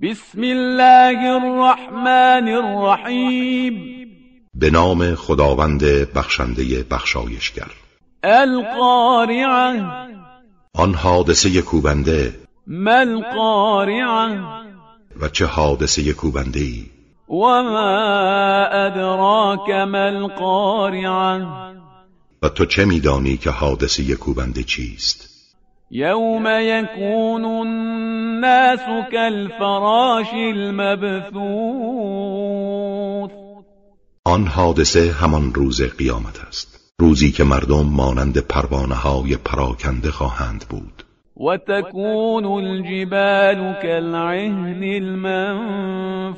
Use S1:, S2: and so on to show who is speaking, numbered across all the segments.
S1: بسم الله الرحمن الرحیم
S2: به نام خداوند بخشنده بخشایشگر
S1: القارعه
S2: آن حادثه کوبنده
S1: ما القارعه
S2: و چه حادثه کوبنده ای
S1: وما ادراك ما القارعه
S2: و تو چه میدانی که حادثه کوبنده چیست
S1: يوم يكون الناس كالفراش المبثوث
S2: آن حادثه همان روز قیامت است روزی که مردم مانند پروانه های پراکنده خواهند بود
S1: وتكون الجبال كالعهن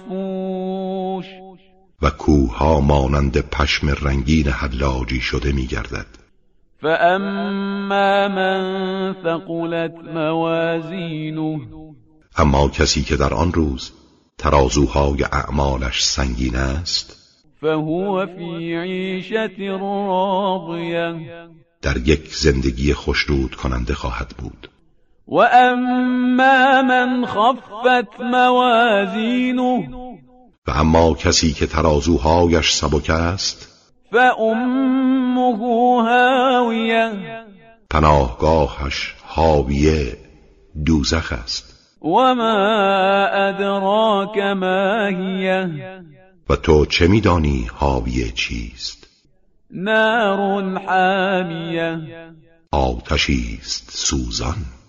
S1: المنفوش
S2: و کوهها مانند پشم رنگین حلاجی شده میگردد
S1: فأما من ثقلت موازينه
S2: اما کسی که در آن روز ترازوهای اعمالش سنگین است
S1: فهو في عيشة راضية
S2: در یک زندگی خوشنود کننده خواهد بود
S1: وأما من خفت موازينه
S2: و اما کسی که ترازوهایش سبک است
S1: فأمه هاوية
S2: پناهگاهش حاویه دوزخ است
S1: وما أدراك ما هي
S2: و تو چه میدانی حاویه چیست
S1: نار حامية
S2: آتشی است سوزان